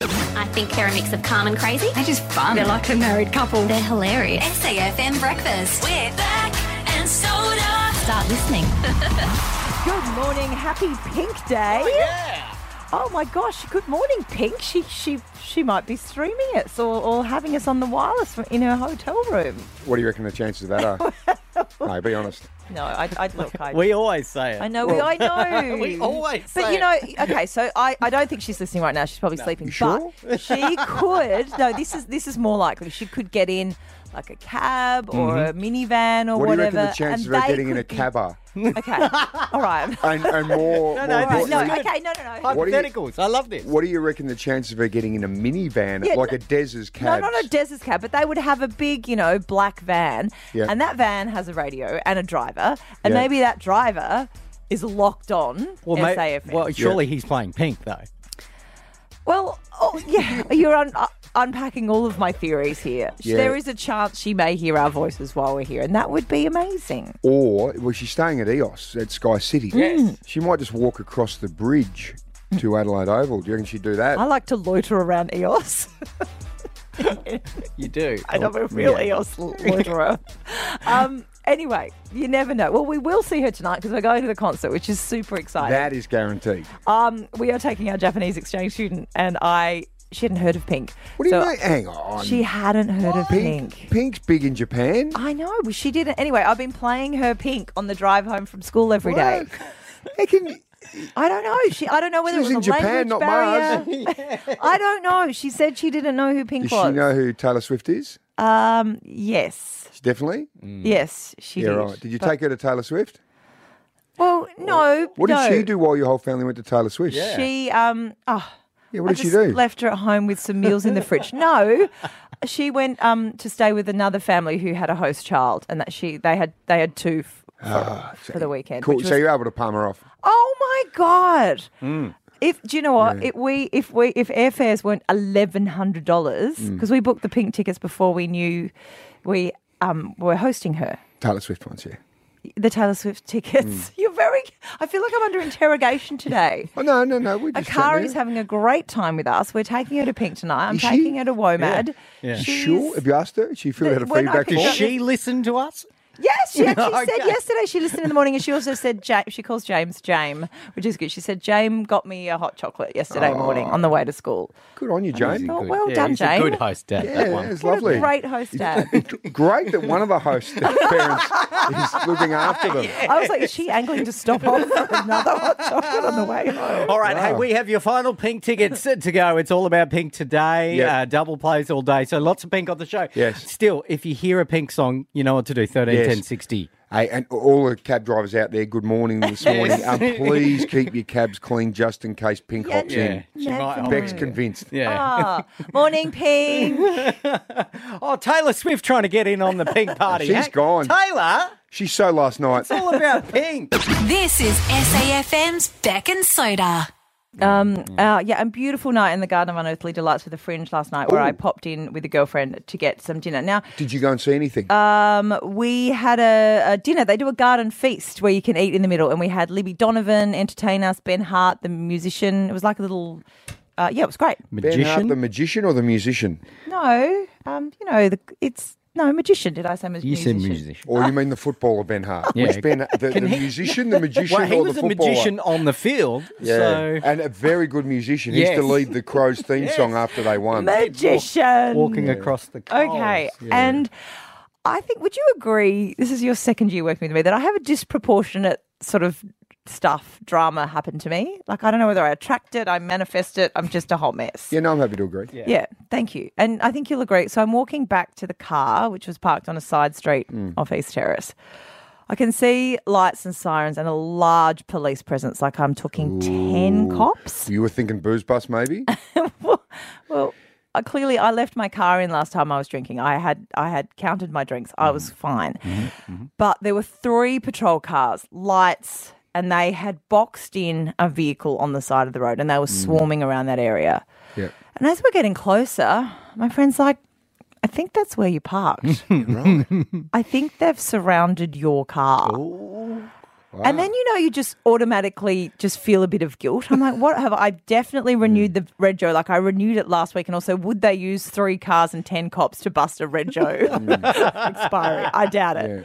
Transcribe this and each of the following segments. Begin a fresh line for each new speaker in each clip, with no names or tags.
I think they're a mix of calm and crazy.
They're just fun.
They're like a married couple.
They're hilarious.
SAFM Breakfast.
We're back and soda.
Start listening.
Good morning, happy Pink Day. Oh, my gosh, good morning, Pink. She she she might be streaming us or, or having us on the wireless in her hotel room.
What do you reckon the chances of that are? no, be honest.
No, I, I look, I,
We always say it.
I know, we, I know.
We always
But
say
you know, okay, so I, I don't think she's listening right now. She's probably sleeping. But she could. No, this is this is more likely. She could get in like a cab or a minivan or
Mm-hmm. What do you reckon
whatever.
the chances
and
of her
they
getting in
could
a cab are?
Be, okay, all right.
And, and more.
All right,
more
No, no, this is
importantly,
no,
good.
okay, no, no, no.
What do you-
Hypotheticals. I love this.
What do you reckon the chances of her getting in a minivan
Yeah,
like
no-
a Des's
No,
cab?
not a Des's cab, but they would have a big, you know, black van,
Yeah.
and that van has a radio and a driver, and
Yeah.
maybe that driver is locked on
mate,
SAFM.
well, surely he's playing pink though.
Well, oh, yeah, you're un- uh, unpacking all of my theories here.
Yeah.
There is a chance she may hear our voices while we're here, and that would be amazing.
Or was she staying at EOS at Sky City?
Mm.
Yes. She might just walk across the bridge to Adelaide Oval. Do you reckon she'd do that?
I like to loiter around EOS.
You do.
and
Oh,
I'm a real EOS lo- loiterer. um, anyway, you never know. Well, we will see her tonight because we're going to the concert, which is super exciting.
that is guaranteed.
um, we are taking our Japanese exchange student, and I she hadn't heard of Pink.
What do
So
you mean? Hang on.
She hadn't heard of
Pink,
Pink.
Pink's big in Japan.
I know, well, she didn't. Anyway, I've been playing her Pink on the drive home from school every day.
It can,
I don't know. She, I don't know whether
She's
it
in
was a language
Japan, not
barrier.
Mars.
I don't know. She said she didn't know who Pink
Does
was.
she know who Taylor Swift is?
Um, yes,
Definitely.
yes, she
Yeah,
did.
right. Did you take her to Taylor Swift?
Well, no.
What
no.
did she do while your whole family went to Taylor Swift?
Yeah.
She um. Oh,
Yeah, what
I
did she
just
do?
Left her at home with some meals in the fridge. No, she went um to stay with another family who had a host child, and that she they had they had two. f- For, for the weekend,
Cool.
which
Ah, So Hmm.
was-
you're able to palm her off.
oh my god! If do you know what? If we if we if airfares weren't eleven hundred dollars
Hmm.
because we booked the pink tickets before we knew we um were hosting her,
Taylor Swift ones, yeah.
the Taylor Swift tickets.
Hmm.
You're very. I feel like I'm under interrogation today.
Oh no, no, no. We're just
Akari
chatting
is
there.
having a great time with us. We're taking her to Pink tonight. I'm
Is she?
taking her to WOMAD.
Yeah.
You
She's-
Sure. Have you asked her? She filled out a
When I
feedback
picked
form.
up-
Does she listen to us?
Yes, she actually said
Okay.
yesterday she listened in the morning, and she also said ja- she calls James Jame, which is good. She said Jame got me a hot chocolate yesterday morning on the way to school.
Good on you, Jane.
Oh, well done,
he's
Jane.
A good host, Dad. that
Yeah,
one.
it's lovely.
What a great host, Dad.
Great that one of the hosts' parents is looking after them.
I was like, is she angling to stop off for another hot chocolate on the way home?
All right, hey, we have your final pink tickets to go. It's all about pink today.
Yeah.
Uh, double plays all day, so lots of pink on the show.
Yes.
Still, if you hear a pink song, you know what to do. Thirteen,
Yes.
ten, sixty.
Hey, and all the cab drivers out there, good morning this morning. Um, please keep your cabs clean just in case Pink
Yeah,
hops
Yeah,
in.
she
Never
might.
Beck's convinced.
Yeah.
Ah, morning, Pink.
Oh, Taylor Swift trying to get in on the pink party.
She's
Hey,
gone.
Taylor,
She so last night.
it's all about pink.
This is SAFM's Beck and Soda.
Um, uh, yeah, and beautiful night in the Garden of Unearthly Delights with the Fringe last night, where I
Ooh.
popped in with a girlfriend to get some dinner. Now,
Did you go and see anything?
Uh, we had a, a dinner. They do a garden feast where you can eat in the middle, and we had Libby Donovan entertain us, Ben Hart, the musician. It was like a little, uh, yeah, it was great.
ben Hart, the
Magician.
magician or the musician?
No, um, you know, the, it's no magician. Did I say mu-
You said
musician?
musician.
Or you mean the footballer Ben Hart?
Ah. Yeah.
Which Ben, the, the musician, the magician,
Well, he
or
was
the
a
footballer?
magician on the field,
Yeah,
so
and a very good musician. He used to
Yes.
lead the Crows theme
Yes.
song after they won.
Magician.
walking across the coals.
Okay,
Yeah.
and I think would you agree? This is your second year working with me that I have a disproportionate sort of stuff drama happen to me. Like I don't know whether I attract it, I manifest it. I'm just a hot mess.
Yeah, no, I'm happy to agree.
Yeah. thank you. And I think you'll agree. So I'm walking back to the car, which was parked on a side street off East Terrace. I can see lights and sirens and a large police presence. Like I'm talking 10 cops.
You were thinking booze bus, maybe?
Well, I, clearly I left my car in last time I was drinking. I had I had counted my drinks. I was fine. But there were three patrol cars, lights, and they had boxed in a vehicle on the side of the road and they were swarming around that area.
yeah,
And as we're getting closer, my friend's like, I think that's where you parked. I think they've surrounded your car. And then you know you just automatically just feel a bit of guilt. I'm like, what have I definitely renewed the Red Joe? Like I renewed it last week, and also would they use three cars and ten cops to bust a Red Joe expiry? I doubt it.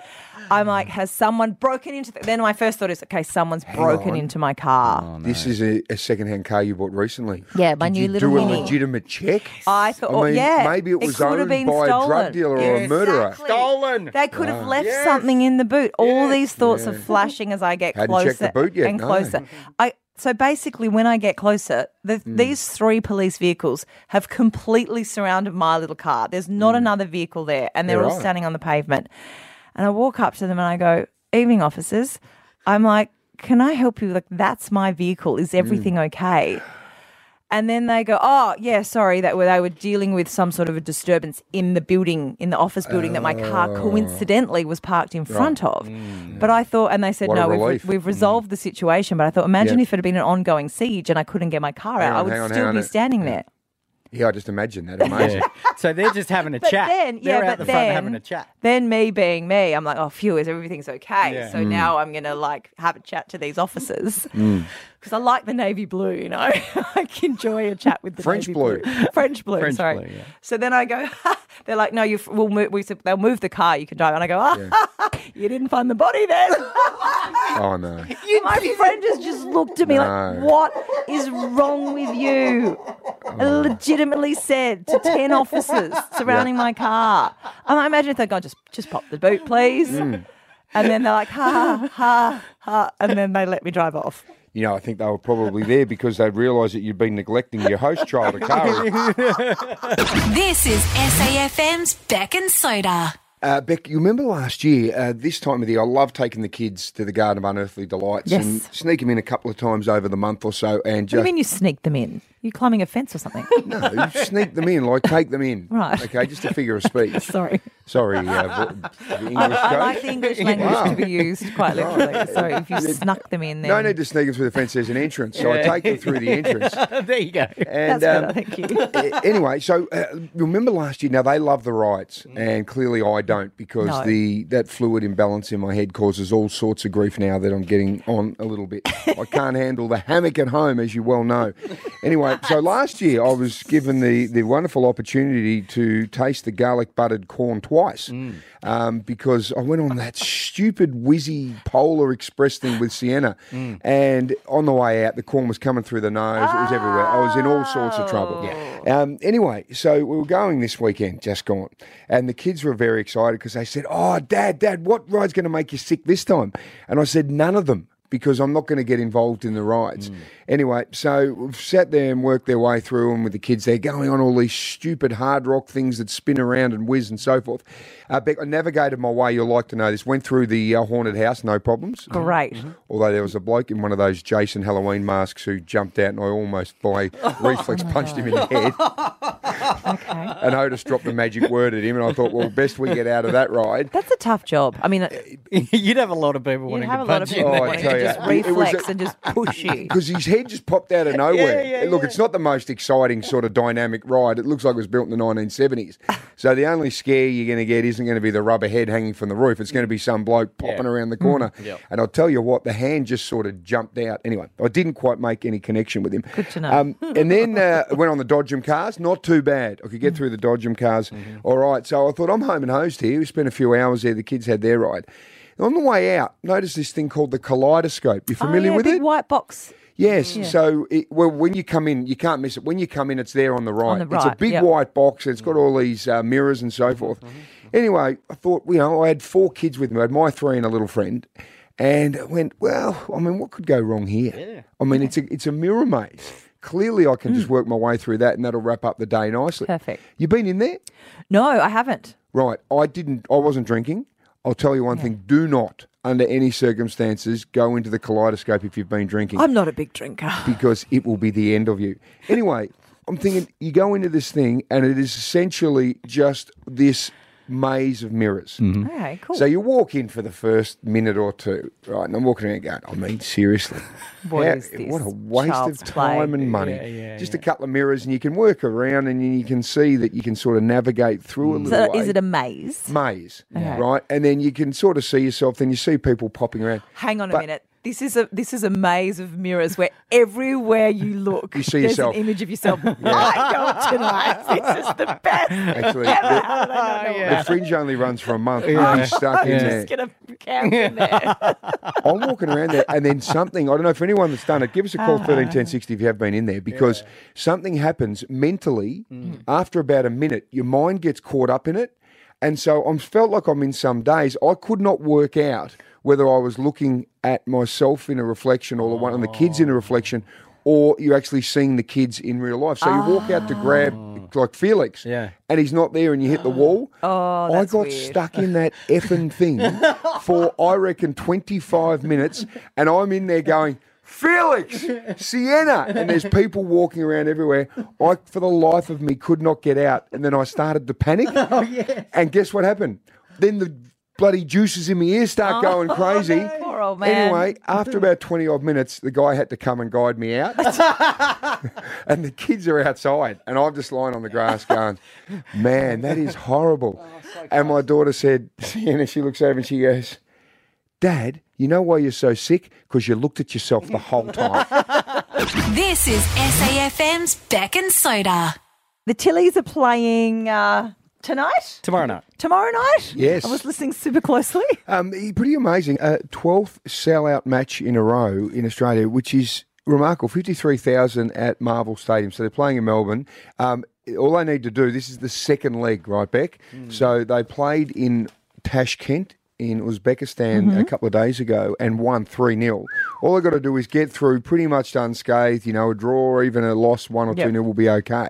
I'm like, has someone broken into? The... Then my first thought is, okay, someone's broken
on.
into my car.
This is a, a second-hand car you bought recently.
Yeah, my
Did
new
you
little
do
Mini.
a legitimate check.
I thought, oh,
I mean,
yeah,
maybe it was
could
owned
have
by
been
a
stolen.
drug dealer or a murderer.
Stolen.
They could have left something in the boot. All these thoughts are flashing as I get
Hadn't checked
closer
the boot yet,
and
no.
closer. I so basically when I get closer, the,
Hmm.
these three police vehicles have completely surrounded my little car. There's not
Hmm.
another vehicle there, and they're
Yeah,
all
right.
standing on the pavement. And I walk up to them and I go, "Evening, officers." I'm like, "Can I help you? Like, that's my vehicle.
Hmm.
Is everything okay?" And then they go, oh, yeah, sorry, that were, they were dealing with some sort of a disturbance in the building, in the office building that my car
Oh.
coincidentally was parked in front of. But I thought, and they said,
Mm. What a
no, we've,
relief. Mm.
we've resolved the situation. But I thought, imagine
Yeah.
if it had been an ongoing siege and I couldn't get my car
Hang
out, I
on,
would
hang on,
still
hang
be
on.
standing there.
Yeah, I just imagine that. Amazing.
so they're just having a
But
chat.
then, yeah,
they're out
but
the
then,
front having a chat.
then me being me, I'm like, oh, phew, is everything's okay?
Yeah.
So now I'm gonna like have a chat to these officers because I like the navy blue, you know. I can enjoy a chat with the
French
navy
blue.
French blue.
French
sorry.
blue, yeah.
So then I go, they're like, no, you f- we'll move. We, said, they'll move the car. You can drive. And I go, ah, you didn't find the body then.
oh no.
My friend has just looked at me like,
No. Mm.
what is wrong with you? And Legitimately said to 10 officers surrounding my car. And I imagine if they'd gone, just, just pop the boot, please.
Mm.
And then they're like, ha, ha, ha. And then they let me drive off.
You know, I think they were probably there because they realised that you'd been neglecting your host child, a car.
This is SAFM's Beck and Soda.
Uh, Beck, you remember last year, uh, this time of the year, I love taking the kids to the Garden of Unearthly Delights
Yes.
and sneak them in a couple of times over the month or so
What
and
do you
just.
mean you sneak them in? You climbing a fence or something?
no, you sneak them in, like take them in.
Right.
Okay, just a figure of speech.
Sorry.
Sorry, uh, vo- the English
I
coach.
like the English language to be used quite literally. So if you snuck them in, then
No need to sneak them through the fence. There's an entrance, so I take them through the entrance.
there you go.
that's
And
better.
um,
Thank you.
A- anyway, so uh, you remember last year? Now they love the riots, and clearly I don't because
No.
the that fluid imbalance in my head causes all sorts of grief now that I'm getting on a little bit. I can't handle the hammock at home, as you well know. Anyway, so last year I was given the the wonderful opportunity to taste the garlic buttered corn twice um, because I went on that stupid whizzy Polar Express thing with Sienna, and on the way out the corn was coming through the nose. It was everywhere. I was in all sorts of trouble. Yeah. Um, anyway, so we were going this weekend, just gone, and the kids were very excited because they said, "Oh, Dad, Dad, what ride's going to make you sick this time?" And I said, "None of them." Because I'm not going to get involved in the rides. Anyway, so we've sat there and worked their way through, and with the kids, they're going on all these stupid hard rock things that spin around and whiz and so forth. Uh, Beck, I navigated my way, you'll like to know this. Went through the uh, haunted house, no problems.
Great.
Mm-hmm. Although there was a bloke in one of those Jason Halloween masks who jumped out, and I almost by reflex punched him in the head.
Okay.
And Otis dropped the magic word at him, and I thought, well, best we get out of that ride.
That's a tough job. I mean,
You'd have a lot of people
you
wanting
have
to
a lot of
punch
people
Oh, I
you. in
wanting
tell
to
ya,
just
it- it was
reflex
a-
and just push you.
Because his head just popped out of nowhere.
yeah,
Look, it's not the most exciting sort of dynamic ride. It looks like it was built in the 1970s. so the only scare you're going to get isn't going to be the rubber head hanging from the roof. It's going to be some bloke popping around
Mm-hmm.
the corner. And I'll tell you what, the hand just sort of jumped out. Anyway, I didn't quite make any connection with him. Good
to know.
Um, and then uh, I went on the Dodgem cars. Not too bad. I could
Mm.
get through the Dodgem cars.
Mm-hmm.
All right. So I thought, I'm home and hosed here. We spent a few hours there. The kids had their ride. On the way out, notice this thing called the kaleidoscope. You familiar
oh, yeah,
with
big
it?
white box.
Yes. So, it, well, when you come in, you can't miss it. When you come in, it's there on the right.
the
it's a
right,
big
yep. Mm-hmm,
white box. And it's got all these uh, mirrors and so forth. Anyway, I thought, you know, I had four kids with me. I had my three and a little friend. And I went, well, I mean, what could go wrong here? I mean, it's a it's a mirror maze. Clearly, I can just work my way through that, and that'll wrap up the day nicely.
Hmm. Perfect.
You been in there?
No, I haven't.
Right. I didn't. I wasn't drinking. I'll tell you one thing: do not, under any circumstances, go into the kaleidoscope if you've been drinking
I'm not a big drinker.
because it will be the end of you. Anyway, I'm thinking you go into this thing and it is essentially just this maze of mirrors.
Okay, cool.
So you walk in for the first minute or two, right? And I'm walking around going, I mean, seriously.
What
how-
is this
What a waste
child's
of
play?
time and money.
Yeah, yeah,
Just a couple of mirrors, and you can work around and you can see that you can sort of navigate through a little
Mm. So
way.
is it a maze?
maze,
Okay.
right? And then you can sort of see yourself, then you see people popping around.
Hang on a
But-
minute. This is a this is a maze of mirrors where everywhere you look,
You see
there's
yourself.
an image of yourself. I go tonight. This is the best.
Actually, the,
yeah.
the fringe only runs for a month.
Yeah.
You're stuck in
Yeah.
there.
Just gonna camp in there.
I'm walking around there, and then something. I don't know if anyone's done it. Give us a call, thirteen ten sixty, if you have been in there, because something happens mentally after about a minute. Your mind gets caught up in it, and so I'm felt like I'm in some days. I could not work out whether I was looking at myself in a reflection, or the one of the kids in a reflection, or you're actually seeing the kids in real life. So you walk out to grab like Felix,
Yeah.
and he's not there, and you hit the wall. Oh, I
that's
got
weird.
stuck in that effing thing for I reckon 25 minutes, and I'm in there going, Felix, Sienna, and there's people walking around everywhere. I, for the life of me, could not get out, and then I started to panic. Oh yeah! And guess what happened? Then the bloody juices in my ears start going crazy.
Poor old man.
Anyway, after about 20 odd minutes, the guy had to come and guide me out. and the kids are outside. And I'm just lying on the grass going, man, that is horrible.
Oh,
and my daughter said, Sienna, she looks over and she goes, Dad, you know why you're so sick? Because you looked at yourself the whole time.
This is SAFM's Beck and Soda.
the Tillies are playing uh, tonight.
Tomorrow night.
Tomorrow night?
Yes.
I was listening super closely.
Um, he- pretty amazing. Uh, 12th sellout match in a row in Australia, which is remarkable. 53,000 at Marvel Stadium. So they're playing in Melbourne. Um, all they need to do, this is the second leg, right, Beck? So they played in Tashkent in Uzbekistan a couple of days ago and won 3 0. All they've got to do is get through pretty much unscathed. You know, a draw or even a loss, 1 or
Yep.
2 0 will be okay.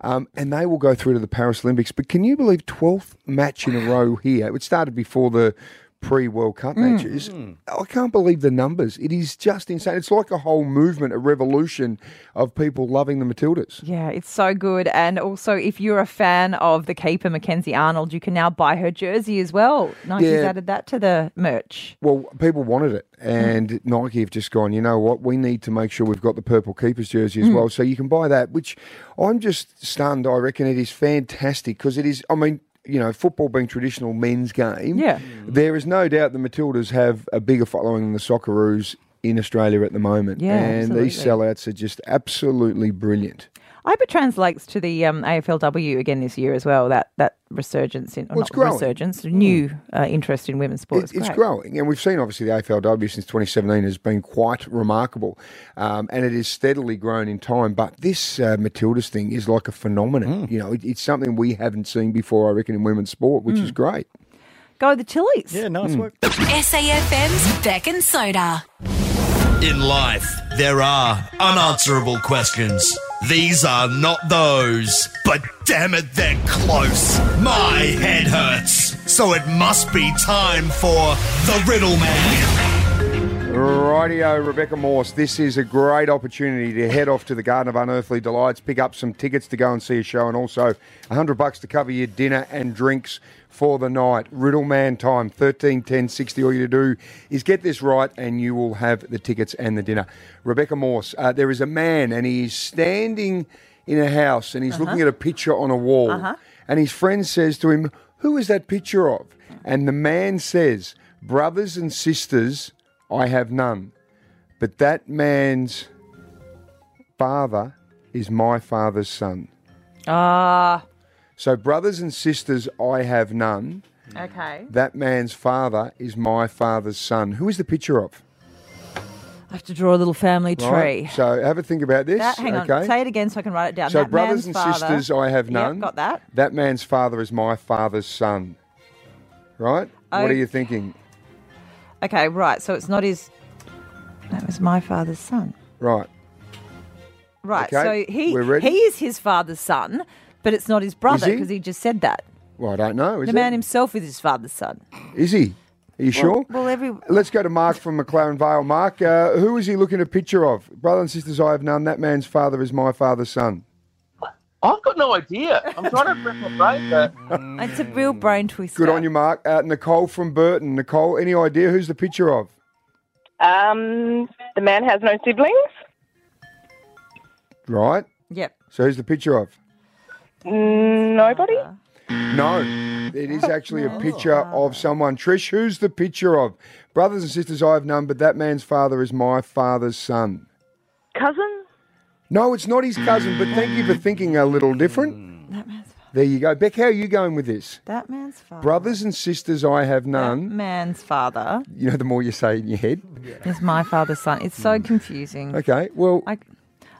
Um, and they will go through to the Paris Olympics. But can you believe 12th match in a row here? It started before the pre World Cup matches. I can't believe the numbers. It is just insane. It's like a whole movement, a revolution of people loving the Matildas.
Yeah, it's so good. And also, if you're a fan of the keeper, Mackenzie Arnold, you can now buy her jersey as well. Nike's
Yeah.
added that to the merch.
Well, people wanted it,
Hmm.
and Nike have just gone. You know what? We need to make sure we've got the purple keepers jersey
Hmm.
as well, so you can buy that. Which I'm just stunned. I reckon it is fantastic because it is. I mean, you know, football being traditional men's game.
Yeah.
there is no doubt the Matildas have a bigger following than the Socceroos in Australia at the moment.
Yeah,
and these
absolutely.
sellouts are just absolutely brilliant.
I hope it translates to the um, AFLW again this year as well. That that resurgence in, or
Well,
not
it's growing. Hmm.
resurgence, new uh, interest in women's sport.
It-
is
it's
great.
growing, and we've seen obviously the AFLW since 2017 has been quite remarkable, um, and it has steadily grown in time. But this uh, Matildas thing is like a
Hmm.
phenomenon. You know, it, it's something we haven't seen before, I reckon, in women's sport, which
Hmm.
is great.
Go the Tillies.
Yeah, nice work.
SAFM's Beck and Soda.
In life, there are unanswerable questions. These are not those, but damn it, they're close. My head hurts, so it must be time for the Riddle Man.
Rightio, Rebecca Morse. This is a great opportunity to head off to the Garden of Unearthly Delights, pick up some tickets to go and see a show, and also hundred bucks to cover your dinner and drinks for the night. Riddle Man time, thirteen ten sixty. All you do is get this right, and you will have the tickets and the dinner. Rebecca Morse. Uh, there is a man, and he is standing in a house, and he's looking at a picture on a wall, and his friend says to him, "Who is that picture of?" And the man says, "Brothers and sisters." I have none. But that man's father is my father's son.
Ah,
So, brothers and sisters, I have none.
okay.
That man's father is my father's son. Who is the picture of?
I have to draw a little family tree.
Right? So, have a think about this.
That, hang on,
okay.
say it again so I can write it down.
so,
That man's
brothers and
father-
sisters, I have
Yep,
none.
got that.
That man's father is my father's son. Right? What are you thinking?
Okay, right. So it's not his. That was my father's son.
Right.
Right.
Okay,
so he
we're ready.
he is his father's son, but it's not his brother
he?
because he just said that.
Well, I don't know. Is
The man
it?
himself is his father's son.
Is he? Are you sure?
well, every-
Let's go to Mark from McLaren Vale. Mark, uh, who is he looking at a picture of? Brother and sisters, I have none. That man's father is my father's son.
I've got no idea. I'm trying to wrap my brain, but
It's a real brain twister.
Mm. Good on you, Mark. Uh, Nicole from Burton. Nicole, any idea who's the picture of?
Um, the man has no siblings.
Right.
Yep.
So who's the picture of?
Nobody.
No, it is actually a picture of someone. Trish, who's the picture of? Brothers and sisters, I have none, but that man's father is my father's son.
Cousin.
No, it's not his cousin, but thank you for thinking a little different.
That man's father.
There you go. Beck, how are you going with this?
That man's father.
Brothers and sisters, I have
That
none.
man's father
You know, the more you say in your head.
Mm-hmm.
is my father's son. It's so confusing.
Mm. Okay, well,
I,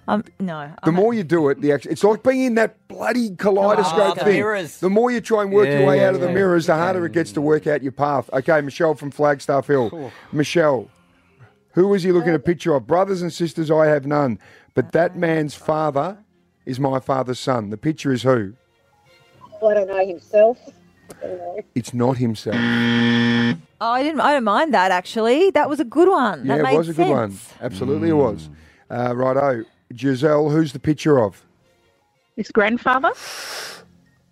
um, no.
the more you do it, the act- it's like being in that bloody kaleidoscope
Ah, the
thing.
mirrors.
The more you try and work your
Yeah,
way
yeah,
out of the
yeah.
mirrors, the harder it gets to work out your path. Okay, Michelle from Flagstaff Hill. Michelle, who was he looking at a picture of? Brothers and sisters, I have none. But
Uh,
that man's father is my father's son. The picture is who?
I don't know himself.
It's not himself.
Oh, I didn't. I don't mind that actually. That was a good one.
Yeah,
that
it
made
was a good one.
sense.
Absolutely, it was. Uh, righto. Giselle, who's the picture of?
His grandfather.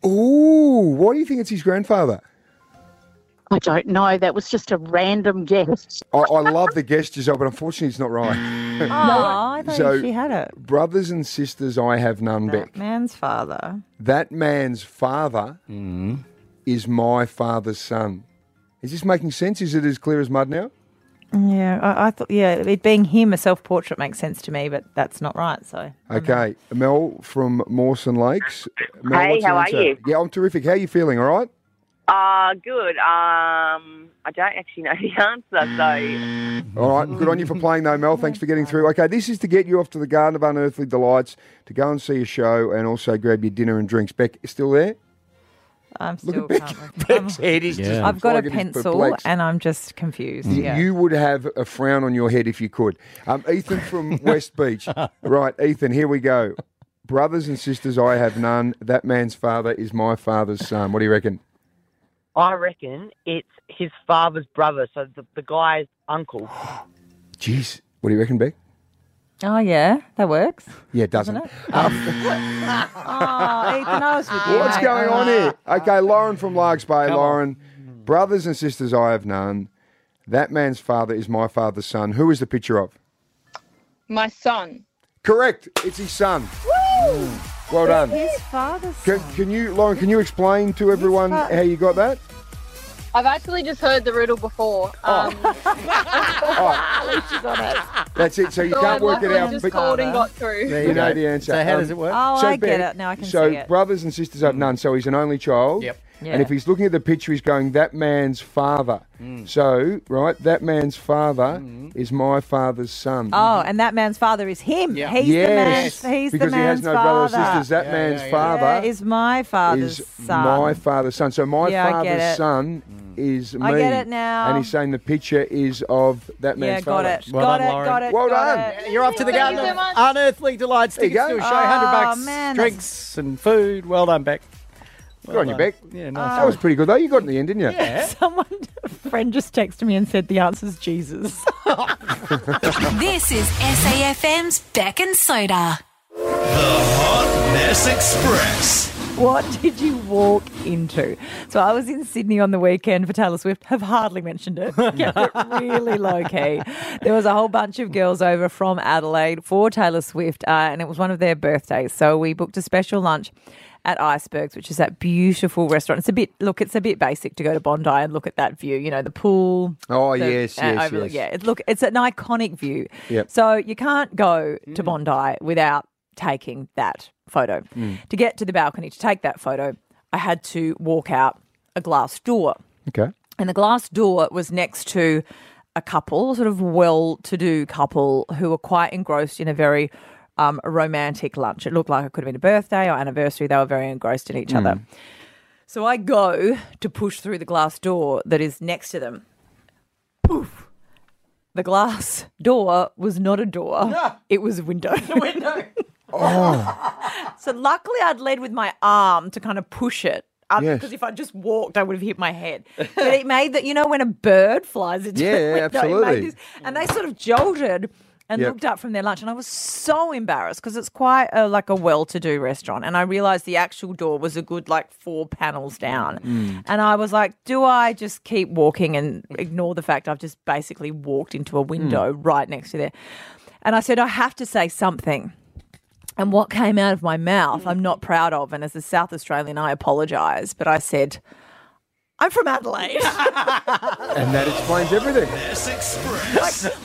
Ooh, why do you think it's his grandfather?
I don't know. That was just a random guess.
I, I love the guess, Giselle, but unfortunately, it's not right.
Oh, I thought
Mm. So-
she had it.
Brothers and sisters, I have none,
That
Mm.
Beck.
man's father.
That man's father is my father's son. Is this making sense? Is it as clear as mud now?
Yeah, I, I thought. Yeah, it being him a self portrait makes sense to me, but that's not right. So
Okay. Mel from Mawson Lakes. Mel,
Mm-hmm. Hey,
what's your
how are
answer?
you?
Yeah, I'm terrific. How are you feeling? All right?
Ah, good. Um, I don't actually know the answer, so
All right, good on you for playing though, Mel. Thanks for getting through. Okay, this is to get you off to the Garden of Unearthly Delights to go and see a show and also grab your dinner and drinks. Beck, still there?
I'm
Look
still.
at
can't work- I'm-
Beck's head is just.
Yeah.
I've got a
Like it is
pencil
perplexed.
and I'm just confused.
Y-
Yeah.
You would have a frown on your head if you could. Um, Ethan from West Beach. Right, Ethan, here we go. Brothers and sisters, I have none. That man's father is my father's son. What do you reckon?
I reckon it's his father's brother, so the, the guy's uncle.
Jeez. What do you reckon, Beck?
Oh yeah, that works.
Yeah, it doesn't.
Oh, Ethan, I was with you.
What's
mate.
going on here? Okay, Lauren from Largs Bay.
on.
Lauren, brothers and sisters, I have none. That man's father is my father's son. Who is the picture of?
My son.
Correct. It's his son. Well done.
His father's.
Can, can you, Lauren? Can you explain to everyone
fa-
how you got that?
I've actually just heard the riddle before.
Oh.
Um,
That's it. So you
so
can't
I
work it
luckily
out.
just
But
called and got
Yeah,
through.
you know the answer.
So how
Um,
does it work?
Oh,
so
I get
Beck,
it. Now I can
so
see it.
brothers and sisters have none. So he's an only child.
Yep.
Yeah.
And if he's looking at the picture, he's going, that man's father.
Mm.
So, right, that man's father is my father's son.
Oh, and that man's father is him.
Yeah.
He's
yes.
the man's. He's
because
the
he
man's
has no
father.
brother or sisters. That
Yeah,
man's
yeah, yeah.
Yeah,
father
is my father's
is
son.
my father's son. So my
Yeah, I get
father's
it.
son
Mm.
is me.
I get it now.
And he's saying the picture is of that
yeah,
man's
got
father.
it.
Well
got,
done,
it
Lauren.
got it.
Well
got
done.
it.
You're off to the
Thank you
garden.
so
of
much.
Unearthly delights.
There you
Tickets to a
go.
show, hundred bucks,
Oh, man, that's-
drinks and food. Well done, Beck.
Good on you, Beck.
Yeah,
That was
nice.
pretty good, though. You got it in the end, didn't you?
Someone, a friend just texted me and said the answer's Jesus.
This is SAFM's Beck and Soda.
Mess Express.
what did you walk into? So I was in Sydney on the weekend for Taylor Swift, have hardly mentioned it, kept it really low key. There was a whole bunch of girls over from Adelaide for Taylor Swift, uh, and it was one of their birthdays. So we booked a special lunch. At Icebergs, which is that beautiful restaurant. It's a bit, look, it's a bit basic to go to Bondi and look at that view, you know, the pool,
Oh,
the-
yes,
uh,
yes,
overlook-
yes.
Yeah, it, look, it's an iconic view.
Yep.
So you can't go to Bondi without taking that photo.
Mm.
To get to the balcony to take that photo, I had to walk out a glass door.
Okay.
And the glass door was next to a couple, sort of well to do couple, who were quite engrossed in a very um, romantic lunch. It looked like it could have been a birthday or anniversary. They were very engrossed in each
Mm.
other. So I go to push through the glass door that is next to them. Poof! The glass door was not a door, it was a window. window.
Oh.
so luckily, I'd led with my arm to kind of push it. up
Yes.
Because if I just walked, I would have hit my head. But it made that, you know, when a bird flies into
Yeah,
the
yeah,
window, it made
absolutely.
this- and they sort of jolted. and
Yep.
looked up from their lunch and I was so embarrassed because it's quite a, like a well-to-do restaurant and I realized the actual door was a good like four panels down and I was like do I just keep walking and ignore the fact I've just basically walked into a window right next to there and I said I have to say something and what came out of my mouth I'm not proud of and as a South Australian I apologize but I said I'm from Adelaide
And that explains everything.
S Express.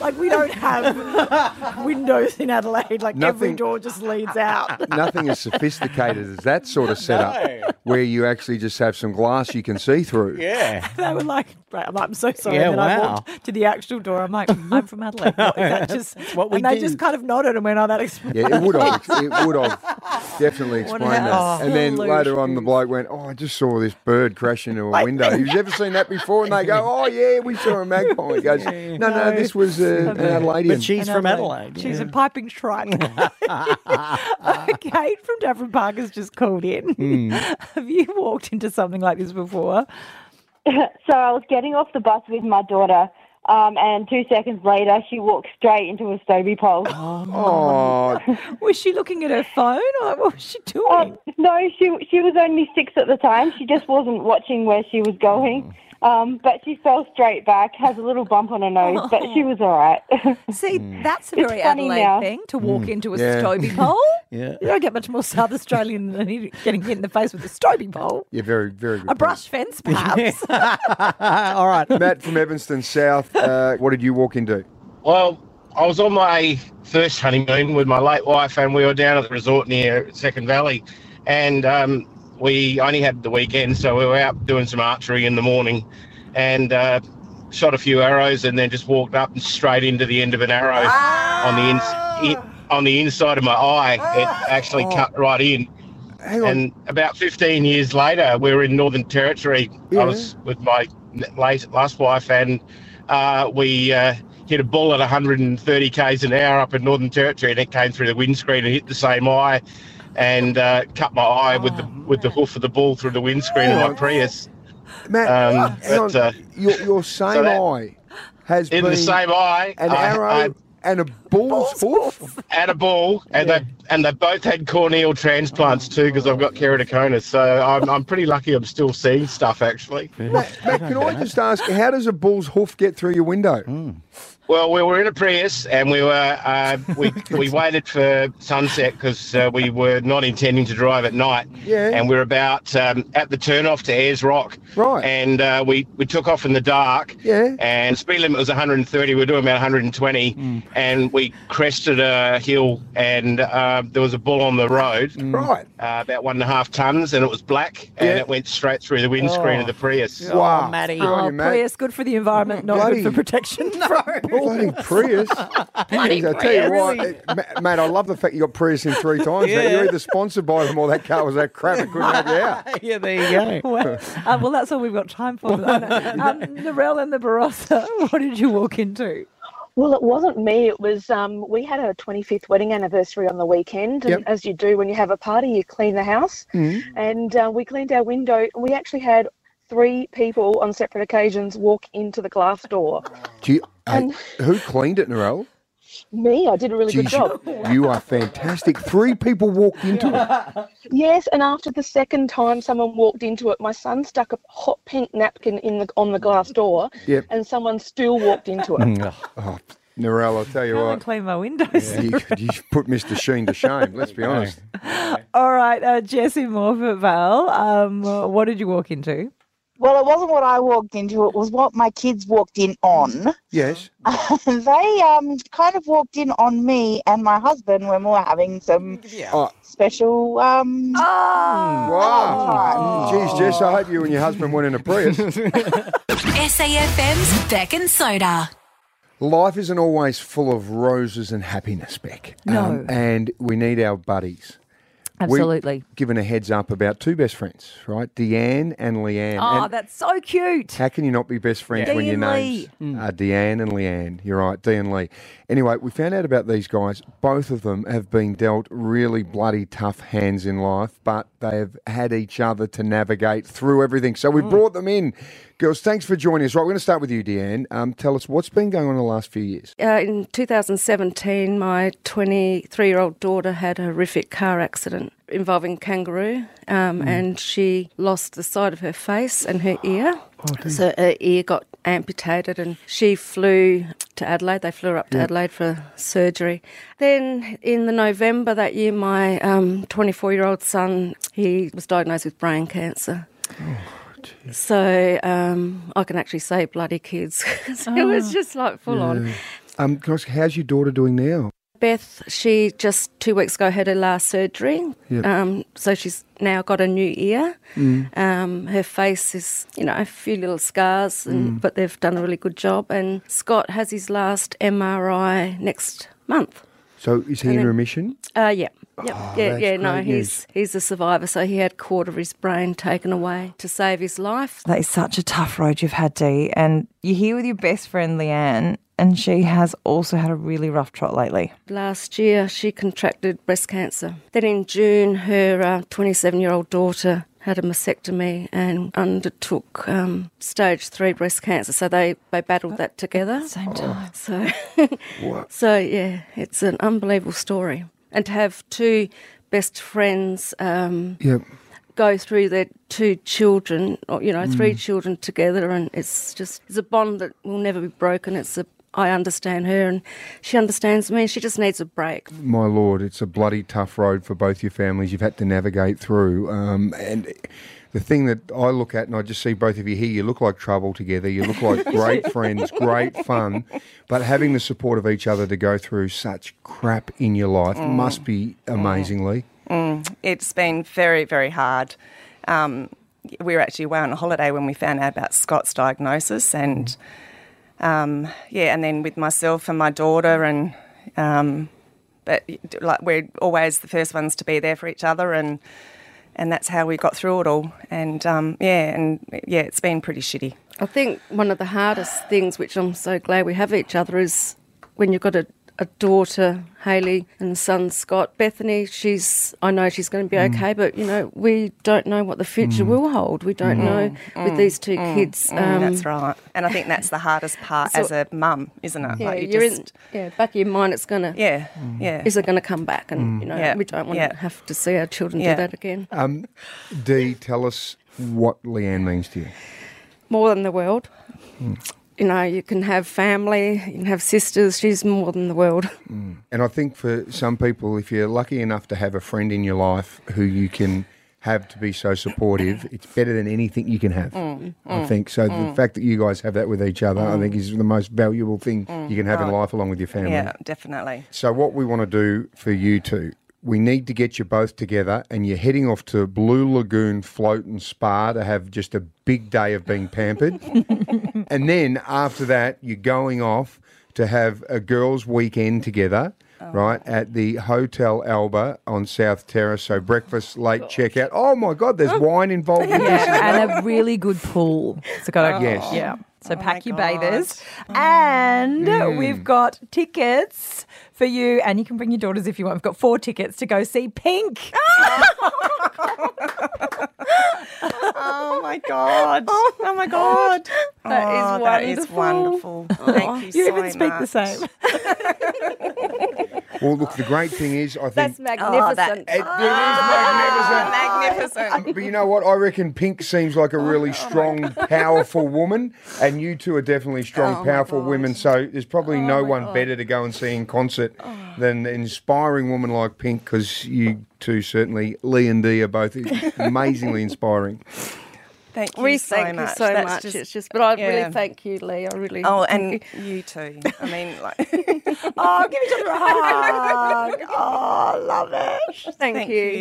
like we don't have windows in Adelaide like every
Nothing-
door just leads out
Nothing as sophisticated as that sort of setup where you actually just have some glass you can see through.
Oh.
Yeah.
they were like, right, I'm, like, I'm so sorry.
Yeah,
and then I
wow.
walked to the actual door. I'm like, I'm from Adelaide. What is that just,
what we
and they
do.
just kind of nodded and went, oh, that explains.
Yeah, it would have. It would have definitely
What
explained
an
that. And then
absolute
later on, the bloke went, "Oh, I just saw this bird crash into a window. You've ever seen that before?" And they go, "Oh yeah, we saw a magpie." He goes, "No, no, this was uh, an
But
Adelaidean."
she's from Adelaide.
She's
yeah.
a piping shrike. Kate from Davern Park has just called in.
Hmm.
Have you walked into something like this before?
So I was getting off the bus with my daughter, um, and two seconds later, she walked straight into a stogie pole.
Oh,
Was she looking at her phone? Or like, what was she doing?
Um, no, she she was only six at the time. She just wasn't watching where she was going.
Mm.
Um, but she fell straight back, has a little bump on her nose, but she was all right.
See, that's a
It's
very
funny
Adelaide
now.
thing to walk into a
Hmm. yeah.
stoby pole.
Yeah.
You don't get much more South Australian than getting hit in the face with a stoby pole.
yeah, very, very good.
A
point.
brush fence, perhaps.
All right.
Matt from Evanston South. Uh, what did you walk into?
Well, I was on my first honeymoon with my late wife, and we were down at the resort near Second Valley, and um, we only had the weekend, so we were out doing some archery in the morning, and uh, shot a few arrows, and then just walked up and straight into the end of an arrow on the ins- in- on the inside of my eye. It actually
Oh.
Oh.
cut right in.
Hang on.
And about 15 years later, we were in Northern Territory.
Yeah.
I was with my late, last wife, and uh, we uh, hit a bull at 130 k's an hour up in Northern Territory, and it came through the windscreen and hit the same eye, and uh, cut my eye with the with the hoof of the bull through the windscreen of my Prius.
Oh, Matt,
um,
hang on.
but, uh,
your, your same
that-
eye has
In
been
the same eye,
an
I-
arrow
I
and a bull's hoof.
had a ball, and they and they both had corneal transplants too, because I've got keratoconus. So I'm I'm pretty lucky. I'm still seeing stuff actually.
Matt, Matt, can I just ask, how does a bull's hoof get through your window?
Hmm. Well, we were in a Prius, and we were uh, we we waited for sunset because uh, we were not intending to drive at night.
Yeah.
And we we're about um, at the turn off to Ayers Rock.
Right.
And uh, we we took off in the dark.
Yeah.
And speed limit was 130. We were doing about 120,
Mm.
and we crested a hill, and uh, there was a bull on the road.
Right.
Uh, about one and a half tons, and it was black,
Mm. Yeah. Oh.
and it went straight through the windscreen of the Prius.
Wow.
Matty.
Good on
Oh,
you, Matt.
Prius, good for the environment, not
Bloody-
good for protection.
Bloody Prius. Jeez, I tell you what, uh, Ma- Matt, I love the fact you got Prius in three times. Matt. You're either sponsored by them or that car was that crap. It couldn't have you out.
Yeah, there you go.
well, uh, well, that's all we've got time for. Um, Narelle and the Barossa, what did you walk into?
Well, it wasn't me. It was um, we had a 25th wedding anniversary on the weekend, and
Yep. Mm-hmm.
as you do when you have a party, you clean the house, and uh, we cleaned our window. And we actually had three people on separate occasions walk into the glass door.
Do you, hey, who cleaned it, Narelle?
Me, I did a really good
Jeez,
job.
you- you are fantastic. Three people walked into it.
Yes, and after the second time someone walked into it, my son stuck a hot pink napkin in the on the glass door,
Yep.
and someone still walked into it.
Narelle, I'll tell you
I
what.
clean my windows.
You, you put Mr. Sheen to shame, let's be honest.
All right, uh, Jessie Morfordvale, um, what did you walk into?
Well, it wasn't what I walked into. It was what my kids walked in on.
Yes.
they um, kind of walked in on me and my husband when we were having some
Oh,
special. Um,
Oh.
wow. Jeez, Jess, I hope you and your husband went in a Prius.
SAFM's Beck and Soda.
Life isn't always full of roses and happiness, Beck. Um,
No.
and we need our buddies. We've
Absolutely.
given a heads up about two best friends, right? Deanne and Leanne.
Oh,
And
that's so cute.
how can you not be best friends
Yeah.
when your
Dee and
names are Deanne and Leanne? You're right, Dee and Lee. Anyway, we found out about these guys. Both of them have been dealt really bloody tough hands in life, but they have had each other to navigate through everything. So we brought them in Girls, thanks for joining us. Right, we're going to start with you, Deanne. Um, tell us what's been going on in the last few years.
Uh, in 2017, my 23 year old daughter had a horrific car accident involving kangaroo, um,
Mm.
and she lost the side of her face and her ear. so her ear got amputated, and she flew to Adelaide. They flew her up to
Yeah.
Adelaide for surgery. Then in the November that year, my 24 year old son he was diagnosed with brain cancer. So um, I can actually say bloody kids. 'cause it was
Oh.
just like full on.
Yeah. Um, can I ask, how's your daughter doing now?
Beth, she just two weeks ago had her last surgery.
Yep.
Um, so she's now got a new ear.
Mm.
Um, her face is, you know, a few little scars, and,
Mm.
but they've done a really good job. And Scott has his last MRI next month.
So is he
And
in
then-
remission?
Uh, yeah. Yep.
Oh,
yeah,
that's
yeah, no,
great
he's he's a survivor, so he had a quarter of his brain taken away to save his life.
That is such a tough road you've had, Dee. And you're here with your best friend, Leanne, and she has also had a really rough trot lately.
Last year, she contracted breast cancer. Then in June, her 27 year old daughter had a mastectomy and undertook um, stage three breast cancer. So they, they battled that together.
Oh.
same time. So, so, yeah, it's an unbelievable story. And to have two best friends um,
Yep.
go through their two children, or, you know, three
Mm.
children together, and it's just it's a bond that will never be broken. It's a I understand her, and she understands me. She just needs a break.
My lord, it's a bloody tough road for both your families. You've had to navigate through, um, and the thing that I look at, and I just see both of you here. You look like trouble together. You look like great friends, great fun, but having the support of each other to go through such crap in your life
Mm.
must be amazingly.
Mm, it's been very, very hard. Um, we were actually away on a holiday when we found out about Scott's diagnosis, and um, yeah, and then with myself and my daughter, and um, but like we're always the first ones to be there for each other, and and that's how we got through it all. And um, yeah, and yeah, it's been pretty shitty.
I think one of the hardest things, which I'm so glad we have each other, is when you've got a, a daughter, Haley, and son, Scott. Bethany, she's, I know she's going to be
Mm.
okay, but you know, we don't know what the future will hold. We don't know with these two
Mm,
kids. um,
mm, that's right. And I think that's the hardest part
So-
as a mum, isn't it?
Yeah,
Like, you
you are
just-
in, yeah, back of your mind, it's going to,
yeah, yeah.
is it going to come back? And,
Mm.
you know,
Yeah,
we don't want
yeah.
to have to see our children
Yeah.
do that again.
Um, Dee, tell us what Leanne means to you.
More than the world.
Mm.
You know, you can have family, you can have sisters. She's more than the world.
And I think for some people, if you're lucky enough to have a friend in your life who you can have to be so supportive, it's better than anything you can have.
Mm,
I
mm,
think so. The
mm.
fact that you guys have that with each other, I think, is the most valuable thing
Mm,
you can have in
right.
life along with your family.
Yeah, definitely.
So, what we want to do for you two, we need to get you both together, and you're heading off to Blue Lagoon Float and Spa to have just a big day of being pampered. and then after that, you're going off to have a girls' weekend together. Right at the Hotel Alba on South Terrace. So breakfast, late checkout. Oh my God, there's wine involved. with this.
Yeah, and a really good pool. So got a,
Yes.
Yeah. So pack your bathers. Oh And
Mm.
we've got tickets for you, and you can bring your daughters if you want. We've got four tickets to go see Pink.
Oh my god! Oh my god!
That is
Oh, That is
wonderful.
wonderful. Thank you,
You
so
even speak the
much.
same.
Well, look, the great thing is, I think
Oh, that-
magnificent.
It- it
is magnificent. magnificent.
But you know what? I reckon Pink seems like a really strong, powerful woman, and you two are definitely strong, powerful women. So there's probably no one better to go and see in concert than an inspiring woman like Pink, because you two certainly, Lee and Dee, are both amazingly inspiring.
Thank you
we
so
thank
much.
you so
That's
much.
just-
it's just, but I
yeah.
really thank you, Lee. I really.
Oh,
thank
and
you.
you too. I mean, like,
oh, give each other a hug. Oh, I love it.
Thank, you.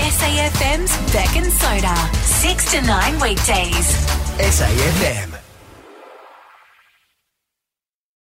SAFM's Beck and Soda, 6 to 9 weekdays.
SAFM.